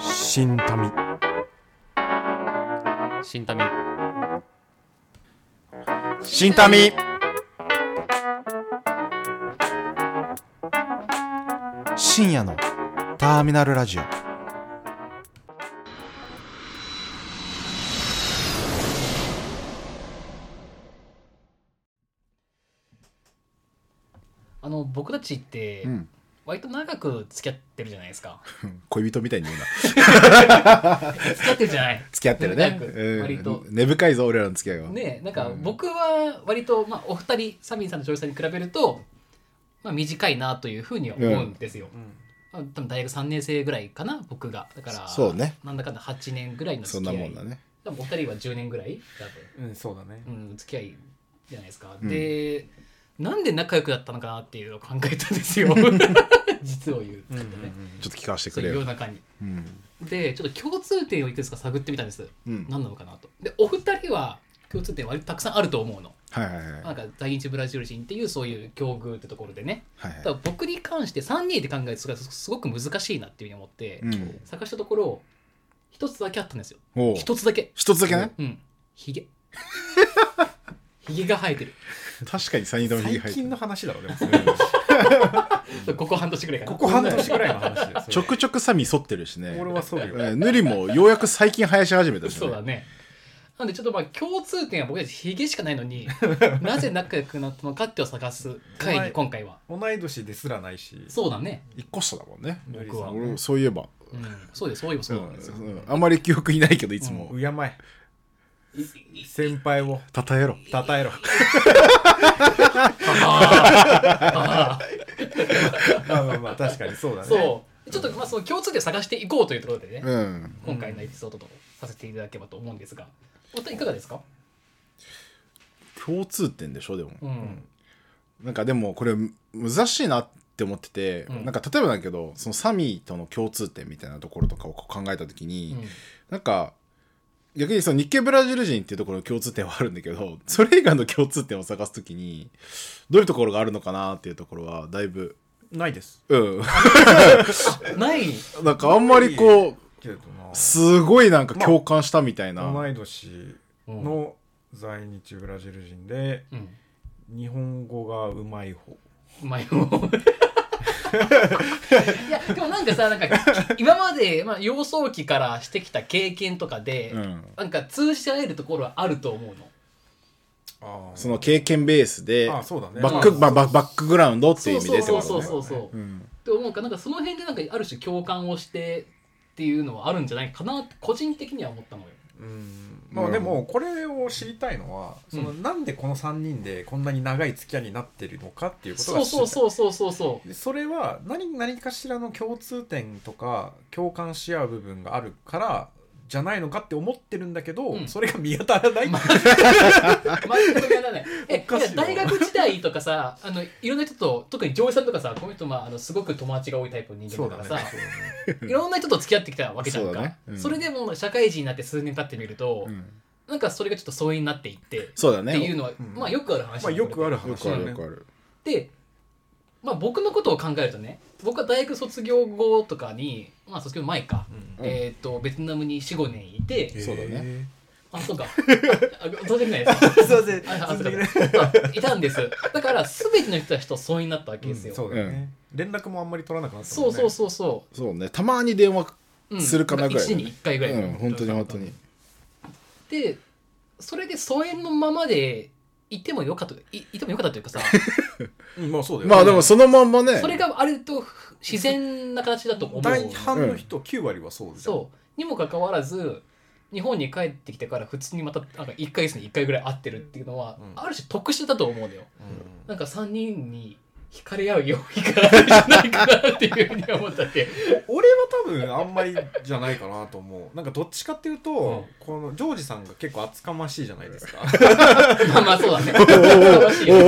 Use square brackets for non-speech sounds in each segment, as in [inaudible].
新民新民新民深夜のターミナルラジオあの僕たちってん割と長く付き合ってるじゃないですか、恋人みたいに言うな。 [laughs] 付き合ってるじゃない付き合ってるね。長くうん割と根深いぞ、俺らの付き合いは。ねえなんか僕は割と、まあ、お二人サミンさんとジョージさんに比べると、まあ、短いなというふうには思うんですよ、あ多分大学3年生ぐらいかな僕がだからそうねなんだかんだ8年ぐらいのそ付んきな合いもんだね。多分お二人は10年ぐらいうんそうだね多分、うん、付き合いじゃないですか、でなんで仲良くなったのかなっていうのを考えたんです [laughs] よ実を言うとね、ちょっと聞かせてそくうれ世のよ。中にうん。でちょっと共通点をいくつか探ってみたんです、うん何なのかなとでお二人は共通点割とたくさんあると思うの、はいはいはい。はなんか在日ブラジル人っていうそういう境遇ってところでね、いたはだ僕に関して3人で考えるとがすごく難しいなっていうふうに思って、い。うん。探したところ一つだけあったんですよおう一つだけ一つだけね。うんひげひげが生えてる確かに3人とも右最入って近のる。話だろでもここ半年ぐらいかなここ半年ぐらいの話だよそれちょくちょくサミ剃ってるしね。俺はそうだようんぬりもようやく最近生やし始めたしそうだね。ね。なんでちょっとまあ共通点は僕たちヒゲしかないの [laughs] になぜ仲良くなったのかっていうのを探すお回に前今回は同い年ですらないしそうだね、一個下だもんね。のり僕さはん俺、そういえば。うん、そうですそういえばそうなんですよ、うんうんあまり記憶いないけど、いつも。敬え先輩をたたえろ。称えろまあまあまあ確かにそうだねそうちょっとまあその共通点を探していこうというところでね、うん。今回のエピソードとさせていただければと思うんですがお二人いかがですか、共通点でしょ、でも。うんなんかでもこれ難しいなって思ってて、んなんか例えばだけどそのサミーとの共通点みたいなところとかをこう考えた時に、うんなんか逆にその日系ブラジル人っていうところの共通点はあるんだけど [laughs] それ以外の共通点を探す時にどういうところがあるのかなっていうところはだいぶないですうん [laughs] ないなんかあんまりこうけれどなすごいなんか共感したみたいな、同い年の在日ブラジル人でうん日本語がうまい方うまいも [laughs] んいやでもなんかさなんか今まで、まあ、幼少期からしてきた経験とかで、うんなんか通じ合えるところはあると思うの。ああその経験ベースであそうだねバック、うんまあババックグラウンドっていう意味でってそこうとそうねそうそう。っうんて思うからなんかその辺でなんかある種共感をしてっていうのはあるんじゃないかなって個人的には思ったのよ。うんまあでもこれを知りたいのはそのなんでこの3人でこんなに長い付き合いになってるのかっていうことがそう知りたいそうそうそうそうそう。でそれは何何かしらの共通点とか共感し合う部分があるからじゃないのかって思ってるんだけど、うんそれが見当たらない、全くやらない。え、おかいしいやわ大学時代とかさ、あのいろんな人と特に上司さんとかさ、この人まああのすごく友達が多いタイプの人そう間だだかねらさ、いろんな人と付き合ってきたわけじゃんそうだかね。うんそれでもう社会人になって数年経ってみるとう、んなんかそれがちょっと疎遠になっていって。そうだっねていうのは、んまあよくある話まあなんだよけどくあるよ話くあだるねよくあるで、まあ、僕のことを考えるとね僕は大学卒業後とかに、まあ、卒業前か、うんえっとベトナムに45年いて、ーそうだねあそうかああそうでき [laughs] ないですすいませんああそう続かけてあいたんですだから全ての人たちと疎遠になったわけですよ、そうだよね、連絡もあんまり取らなくなったもそんうねそうそうそそうねたまに電話う、うんするかなぐらい1年に1回ぐらい、うん本当に本当にでそれで疎遠のままでいてもよかったいいてもよかったという [laughs] かさうんまあそうだよ、まあでもそのまんまねそれがあると自然な形だと思う大半の人9割はそうじゃん、そうにもかかわらず日本に帰ってきてから普通にまたなんか1ヶ月に1回ぐらい会ってるっていうのは、うんある種特殊だと思うのようんなんか3人に惹かれ合うよう惹かれ合うんじゃないかなっていうふうには思ったって [laughs] 俺は多分あんまりじゃないかなと思うなんかどっちかっていうと、うんこのジョージさんが結構厚かましいじゃないですか [laughs] まあまあそうだねお楽しいよおお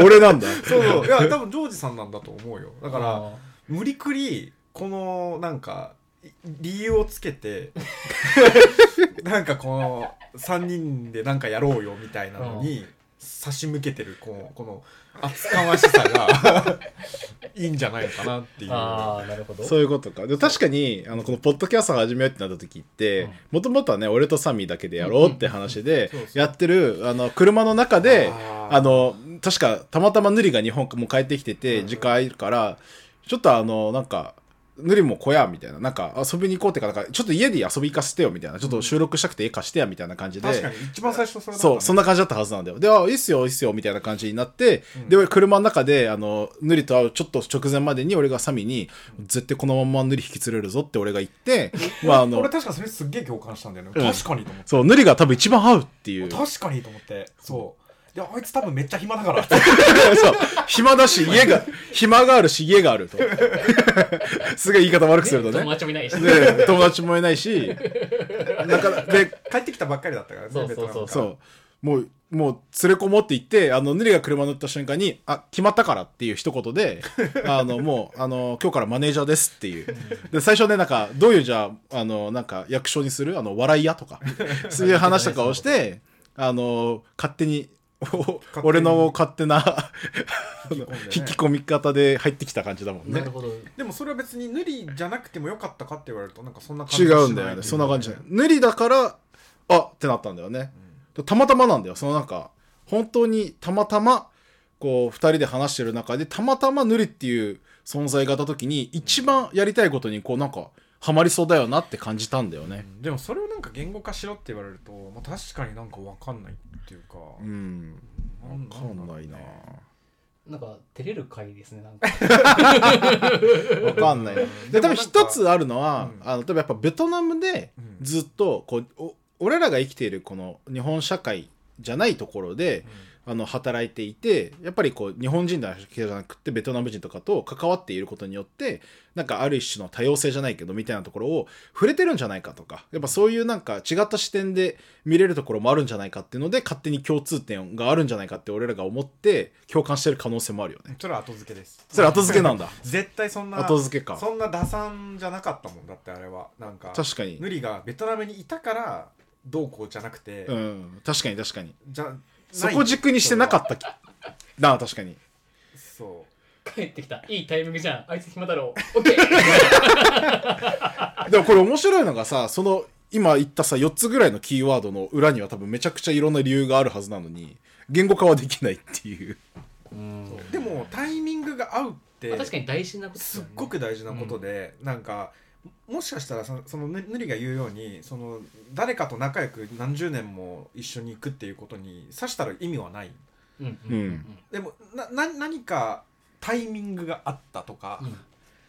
おお俺なんだそうそういや多分ジョージさんなんだと思うよだから、うん無理くりこのなんかい理由をつけて [laughs] なんかこの3人でなんかやろうよみたいな [laughs] のに差し向けてるこのこの厚かましさがいいんじゃないかなっていう。ああなるほどそういうことかでも確かにあのこのポッドキャスト始めようってなった時ってもともとはね俺とサミーだけでやろうって話でうんうんうんそうそうやってるあの車の中であーあの確かたまたまヌリが日本もう帰ってきてうてん時間空いるからちょっとあのなんかヌリも小屋みたいななんか遊びに行こうってかなんかちょっと家で遊び行かせてよみたいなちょっと収録したくて家貸してやみたいな感じで。確かに一番最初それだったねそう、そんな感じだったはずなんだよ。で、あ、いいっすよ、いいっすよ、みたいな感じになって、で、俺、車の中で、あの、ヌリと会うちょっと直前までに、俺がサミに、絶対このまんまヌリ引き連れるぞって俺が言って、まあ、あの [laughs] 俺、確かそれすっげえ共感したんだよね、うん確かにと思ってそう、ヌリが多分一番合うっていう。そう、確かにと思ってそうであいつ多分めっちゃ暇だから [laughs] 暇だし、家が、暇があるし、家があると。すごい言い方悪くすると友ね。達もいないし、で、友達もいないし、なんか、で、帰ってきたばっかりだったからねそうそうベトナムからそう。もう、もう、連れこもって行って、あの、ヌリが車乗った瞬間に、あ、決まったからっていう一言で、 [laughs] あの、もう、あの、今日からマネージャーですっていう。で、最初ね、なんか、どういう、じゃあ、あの、なんか、役所にするあの、笑い屋 [laughs] とか、そういう話とかをして、あの、勝手に、お手に俺の勝手な引き込んでね引き込み方で入ってきた感じだもんなねる。ほどでもそれは別にヌリじゃなくてもよかったかって言われるとなんかそんな感じ違うんだよね。そんな感じじだよね。塗りだから、あってなったんだよね。たまたまなんだよ。そのなんか、本当にたまたま、こう、二人で話してる中で、たまたま塗りっていう存在がいた時に、一番やりたいことに、こう、なんか、ハマりそうだよなって感じたんだよね。でもそれをなんか言語化しろって言われると、まあ、確かになんかわかんないっていうか、うん。うわかんないななんか照れる回ですねなんかわかんないな。うんで、で多もな分んか一つあるのは、うんあの、多分やっぱベトナムでうん、ずっと、こう、お俺らが生きているこの日本社会じゃないところで、あの働いていてやっぱりこう日本人だけじゃなくてベトナム人とかと関わっていることによってなんかある一種の多様性じゃないけどみたいなところを触れてるんじゃないかとかやっぱそういうなんか違った視点で見れるところもあるんじゃないかっていうので勝手に共通点があるんじゃないかって俺らが思って共感してる可能性もあるよねそれは後付けですそれ後付 [laughs] けなんだ絶対そんな後付けかそんな打算じゃなかったもんだってあれはなんか確かにヌリがベトナムにいたからどうこうじゃなくて、うん確かに確かにじゃないそこ軸にしてなかったきなあ確かにそう帰ってきたいいタイミングじゃんあいつ暇だろう OK でもこれ面白いのがさその今言ったさ4つぐらいのキーワードの裏には多分めちゃくちゃいろんな理由があるはずなのに言語化はできないっていううんでもタイミングが合うって、まあ確かに大事なことすっごく大事なことで、なんかもしかしたらそのそのぬぬりが言うようにその誰かと仲良く何十年も一緒に行くっていうことにさしたら意味はないうんうんうんでもなな何かタイミングがあったとか、うん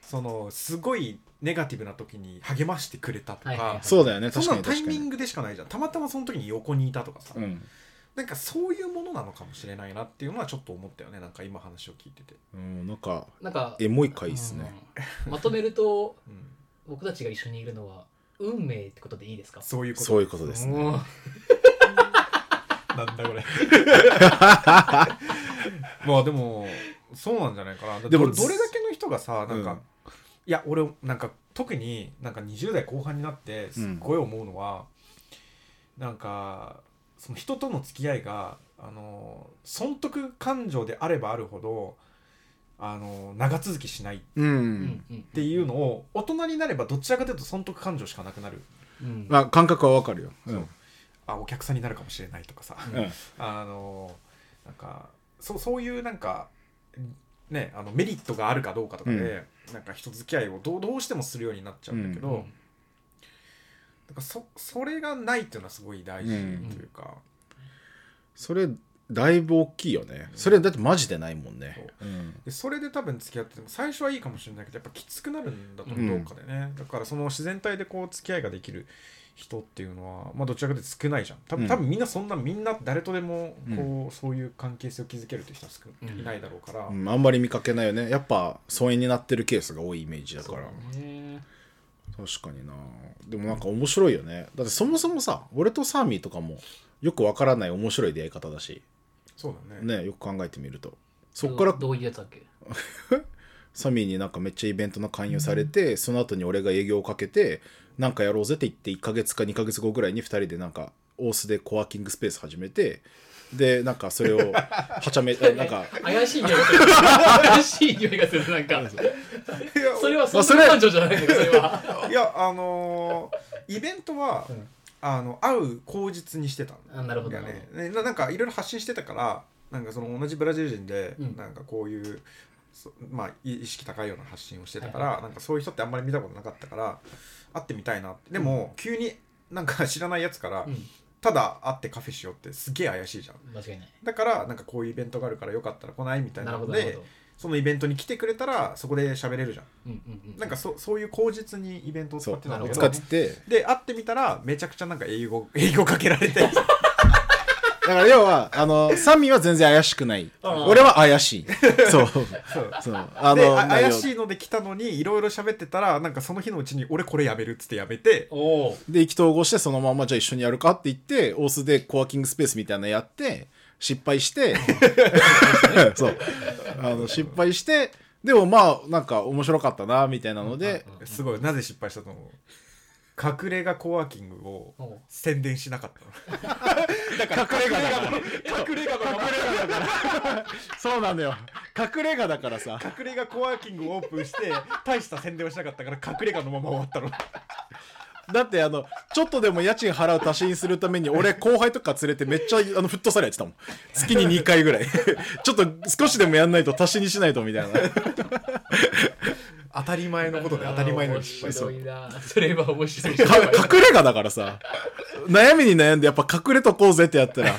そのすごいネガティブな時に励ましてくれたとか、はいはいはいそうだよねそん確なかのタにイ確かミンにグでしかないじゃんたまたまその時に横にいたとかさ、うんなんかそういうものなのかもしれないなっていうのはちょっと思ったよねなんか今話を聞いてて、うんなんかなんかエモい回ですねうんまとめるとうん僕たちが一緒にいるのは運命ってことでいいですかそういうことそういうことですねもうなんだ [laughs] これまあでもそうなんじゃないかなででももどれだけの人がさなんか、うんいや俺なんか特になんか20代後半になってすっごい思うのは、なんかその人との付き合いがあの損得感情であればあるほどあの長続きしないっうん、うんうんていうのを大人になればどちらかというと損得感情しかなくなるうんまあ感覚はわかるようんそうあお客さんになるかもしれないとかさ、うんあのなんかそうそういうなんかねあのメリットがあるかどうかとかで、なんか人付き合いをどうどうしてもするようになっちゃうんだけど、うんなんかそそれがないっていうのはすごい大事というか、それだいぶ大きいよねそれだってマジでないもんねうんでそれで多分付き合ってても最初はいいかもしれないけどやっぱきつくなるんだと思ううんどうかでね、だからその自然体でこう付き合いができる人っていうのは、まあ、どちらかというと少ないじゃん多う分ん多分みんなそんなみんな誰とでもこう、そういう関係性を築けるっていう人は少うんいないだろうから、うんあんまり見かけないよねやっぱ疎遠になってるケースが多いイメージだからね確かになでもなんか面白いよねだってそもそもさ俺とサーミーとかもよくわからない面白い出会い方だしそうだねねよく考えてみるとそっからどういうやつだっけサミーになんかめっちゃイベントの勧誘されて、その後に俺が営業をかけてなんかやろうぜって言って1ヶ月か2ヶ月後ぐらいに2人でなんか大須でコワーキングスペース始めてでなんかそれをはちゃめなんか怪しい匂いがする怪しい匂いがするなんかいやそれはそあそんれな感情じゃないんだけどそれは [laughs] いやあのーイベントは、うんあの会う口実にしてたんあなるほだどよなるねねななんかいろいろ発信してたからなんかその同じブラジル人で、うんなんかこういうそまあい意識高いような発信をしてたから、はいなんかそういう人ってあんまり見たことなかったから会ってみたいなでも、急になんか知らないやつから、ほどただ会ってカフェしようってすげえ怪しいじゃんうん間違いないだからなんかこういうイベントがあるからよかったら来ないみたいななるのほどなるでほどそのイベントに来てくれたらそこで喋れるじゃんうんうんうんなんかそそういう口実にイベントを使そっうてたんだけ使どっててで会ってみたらめちゃくちゃなんか英語英語かけられてだから要はあのサミは全然怪しくないあー俺は怪しいそうそうそうあでのあ内容怪しいので来たのにいろいろ喋ってたらなんかその日のうちに俺これやめるっつってやめておおで意気投合してそのままじゃあ一緒にやるかって言って大須でコワーキングスペースみたいなのやって失敗して [laughs] そうあの失敗してでもまあなんか面白かったなみたいなのですごいなぜ失敗したと思う隠れ家コワーキングを宣伝しなかったの隠れ家だから隠れ家だからそうなんだよ隠れ家だからさ隠れ家コワーキングをオープンして大した宣伝をしなかったから隠れ家のまま終わったのだってあのちょっとでも家賃払う足しにするために俺後輩とか連れてめっちゃあのフットサルやってたもん月に2回ぐらい [laughs] ちょっと少しでもやんないと足しにしないとみたいな当たり前のことで当たり前のように失敗面す白るいなそれは面白いか隠れ家だからさ悩みに悩んでやっぱ隠れとこうぜってやったら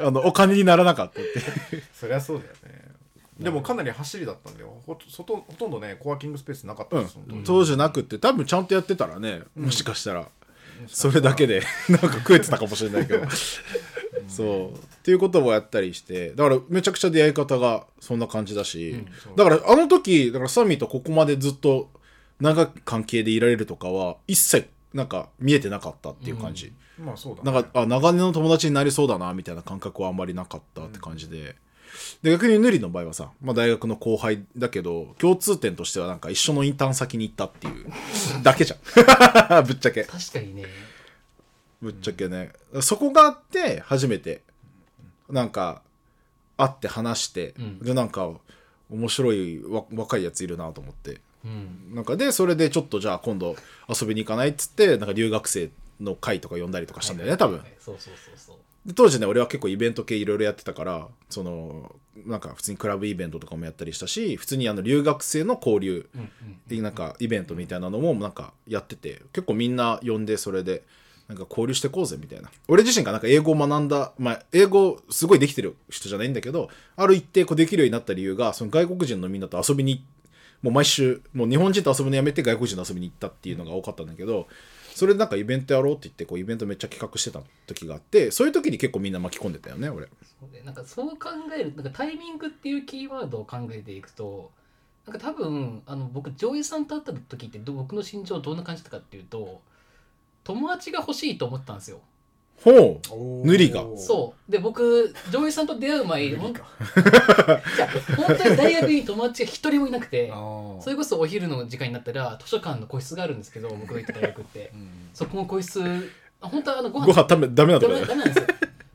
あのお金にならなかったってそりゃそうだよねでもかなり走りだったんだよほと外ほとんどねコワーキングスペースなかったうです、そのん時当時なくって多分ちゃんとやってたらねもしかしたら、それだけでなんか食えてたかもしれないけど、そうっていうことをやったりしてだからめちゃくちゃ出会い方がそんな感じだし、だからあの時だからサミーとここまでずっと長く関係でいられるとかは一切なんか見えてなかったっていう感じ、まあそうだね、なんかあ長年の友達になりそうだなみたいな感覚はあんまりなかったって感じで、で逆にヌリの場合はさ、まあ、大学の後輩だけど共通点としてはなんか一緒のインターン先に行ったっていうだけじゃん [laughs] ぶっちゃけ確かにねぶっちゃけね、そこがあって初めてなんか会って話して、うんでなんか面白いわ若いやついるなと思ってうんなんかでそれでちょっとじゃあ今度遊びに行かないっつってなんか留学生の会とか呼んだりとかしたんだよね多分。そうそうそうそうで当時ね俺は結構イベント系いろいろやってたからそのなんか普通にクラブイベントとかもやったりしたし普通にあの留学生の交流うんでなんかイベントみたいなのもなんかやってて結構みんな呼んでそれでなんか交流してこうぜみたいな俺自身がなんか英語を学んだ、まあ、英語すごいできてる人じゃないんだけどある一定こうできるようになった理由がその外国人のみんなと遊びにもう毎週もう日本人と遊ぶのやめて外国人と遊びに行ったっていうのが多かったんだけどそれでなんかイベントやろうって言ってこうイベントめっちゃ企画してた時があってそういう時に結構みんな巻き込んでたよね俺そうねなんかそう考えるなんかタイミングっていうキーワードを考えていくとなんか多分あの僕上位さんと会った時ってど僕の心情どんな感じだったかっていうと友達が欲しいと思ったんですよほうおー塗りがそうで僕上位さんと出会う前塗ほりんか [laughs] いや本当に大学に友達が一人もいなくて [laughs] あーそれこそお昼の時間になったら図書館の個室があるんですけど僕が行った大 [laughs] 学ってうんそこの個室あ本当はあのご飯ご飯食べダメなとダこメダメなだよんですよ。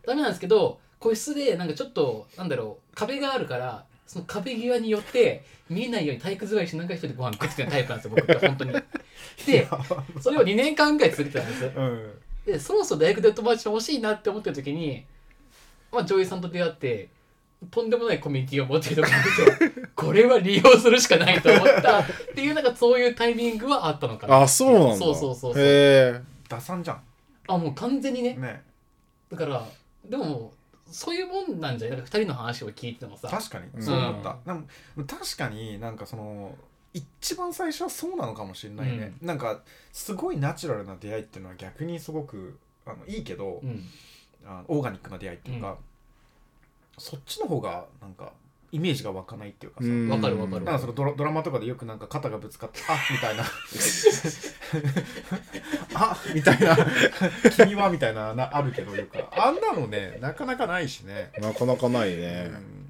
ダメなんですけど、個室でなんかちょっと、なんだろう、壁があるから、その壁際によって、見えないように体育座りしながら一人でご飯食ってたタイプなんですよ、僕って本当に。で、それを2年間ぐらい続けてたんですよ。うんで、そろそろ大学で友達欲しいなって思ってる時に、まあ、女優さんと出会って、とんでもないコミュニティを持ってるとかこれは利用するしかないと思ったっていう、なんかそういうタイミングはあったのかな。あそうなんだそうそうそうそうへ打算じゃあ、もう完全にねん。ねだからでもそういうもんなんじゃないなんか2人の話を聞いてもさ確かうんにそう思った、なんか確かになんかその一番最初はそうなのかもしれないね、なんかすごいナチュラルな出会いっていうのは逆にすごくあのいいけど、うんあのオーガニックな出会いっていうか、そっちの方がなんかイメージが湧かないっていうかさ、えわかるわかるなんかそのドラドラマとかでよくなんか肩がぶつかって「あみたい [laughs] な「あみたいな「君は」みたいななあるけどよくあんなのねなかなかないしね、なかなかないね、うん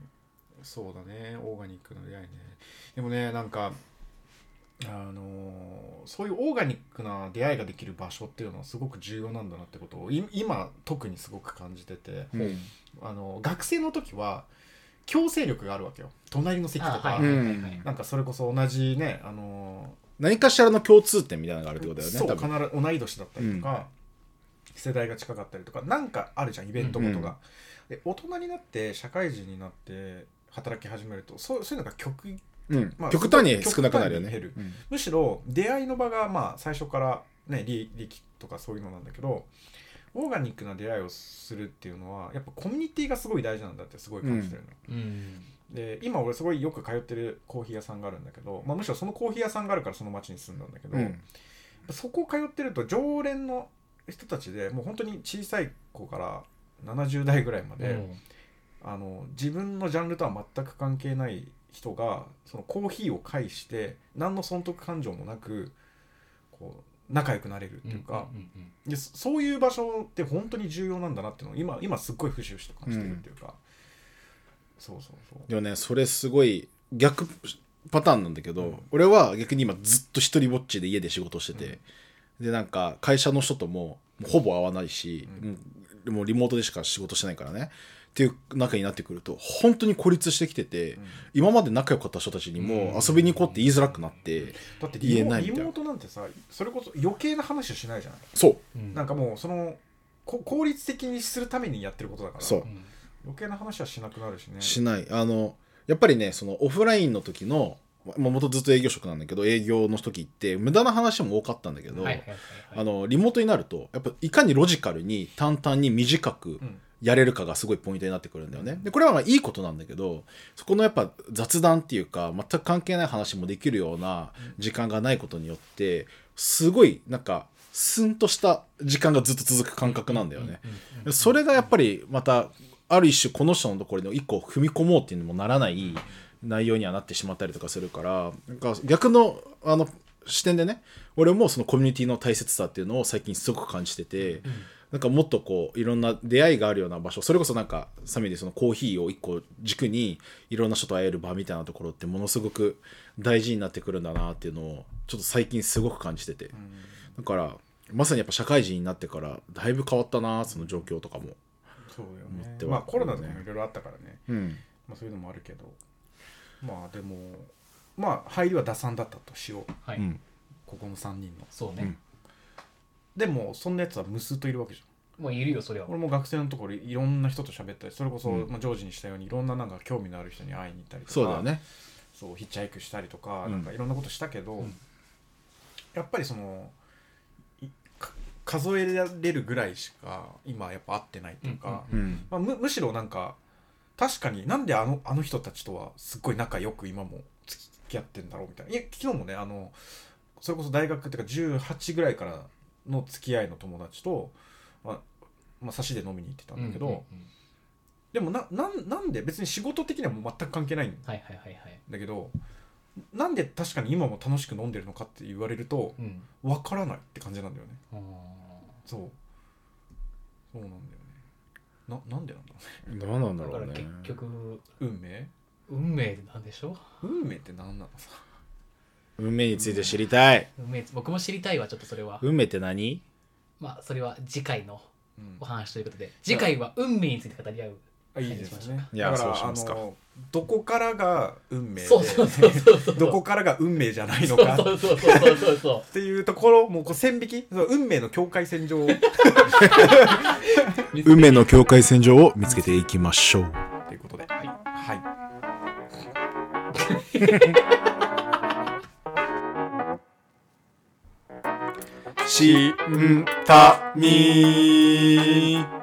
そうだねオーガニックの出会いねでもねなんかあのーそういうオーガニックな出会いができる場所っていうのはすごく重要なんだなってことをい今特にすごく感じてて、うんあの学生の時は強制力があるわけよ隣の席とあか、はいはいはいうんはいなんかそれこそ同じね、あの何かしらの共通点みたいなのがあるってことだよねそう多必ず分同い年だったりとか、世代が近かったりとかなんかあるじゃんイベントごとが、で大人になって社会人になって働き始めるとそうそういうのが極うんまあ極端に少なくなるよね極端に減るうんむしろ出会いの場がまあ最初からね利利益とかそういうのなんだけどオーガニックな出会いをするっていうのはやっぱコミュニティがすごい大事なんだってすごい感じてるの、うんで今俺すごいよく通ってるコーヒー屋さんがあるんだけど、まあ、むしろそのコーヒー屋さんがあるからその町に住んだんだけど、うんそこ通ってると常連の人たちでもう本当に小さい子から70代ぐらいまで、あの自分のジャンルとは全く関係ない人がそのコーヒーを介して何の損得感情もなくこう仲良くなれるっていうか、んんうんでそそういう場所って本当に重要なんだなっていうのを今今すっごい不習して感じてるっていうか、そうそうそう。でもねそれすごい逆パターンなんだけど、うん俺は逆に今ずっと一人ぼっちで家で仕事してて、でなんか会社の人とももうほぼ会わないし、もうもうリモートでしか仕事してないからねっていう中になってくると本当に孤立してきてて、うん今まで仲良かった人たちにもうん遊びに行こうって言いづらくなって、だって言リえモないみリたいなモートなんてさそれこそ余計な話をしないじゃない、そううんなんかもうそのこ効率的にするためにやってることだからそううん余計な話はしなくなるしねしないあのやっぱりねそのオフラインの時のもとずっと営業職なんだけど営業の時って無駄な話も多かったんだけど、はいはいはいはあいのリモートになるとやっぱいかにロジカルに淡々に短くうんやれるかがすごいポイントになってくるんだよね。でこれはまあいいことなんだけどそこのやっぱ雑談っていうか全く関係ない話もできるような時間がないことによってすごいなんかスンとした時間がずっと続く感覚なんだよね。それがやっぱりまたある一種この人のところに一個踏み込もうっていうのもならない内容にはなってしまったりとかするからなんか逆のあの視点でね俺もそのコミュニティの大切さっていうのを最近すごく感じてて、なんかもっとこういろんな出会いがあるような場所それこそなんかサミーでそのコーヒーを一個軸にいろんな人と会える場みたいなところってものすごく大事になってくるんだなっていうのをちょっと最近すごく感じてて。うんだからまさにやっぱ社会人になってからだいぶ変わったなその状況とかも、そうよ思ねってはまあコロナとかもいろいろあったからね、うん、まあ、そういうのもあるけどまあでもまあ入りは打算だったとしようはいうんここの3人のそうねでもそんなやつは無数といるわけじもういるよそれゃはん俺も学生のところいろんな人と喋ったりそれこそ、うんまあ、ジョージにしたようにいろんななんか興味のある人に会いに行ったりとかそうだよねそうヒッチハイクしたりとか,、うんなんかいろんなことしたけど、うんやっぱりそのいか数えられるぐらいしか今やっぱ会ってないっていうか、うんうんうんまあ、むむしろなんか確かになんであのあの人たちとはすっごい仲良く今も付き合ってんだろうみたいないや昨日もねあのそれこそ大学っていうか18ぐらいからの付き合いの友達と、まあまあ、差しで飲みに行ってたんだけど、うんうんうんでもななんなんで別に仕事的にはもう全く関係ないんはいはいはいはいだけどなんで確かに今も楽しく飲んでるのかって言われるとうん分からないって感じなんだよねあーそうそうなんだよねななんでなんだろ何なんだだかろうらね結局う運命運命なんでしょ運命って何なのさ運命について知りたい運命僕も知りたいわちょっとそれは運命って何まあそれは次回のうんお話ということで次回は運命について語り合うあいいですね。いやだからそうしますかあのどこからが運命でそうそうそうそうそうどこからが運命じゃないそのうかそうそうそうそうそっていうところもうこう線引きそう運命の境界線上ってう運命の境界線上を見つけていきましょういうことで、はいはいしんたみー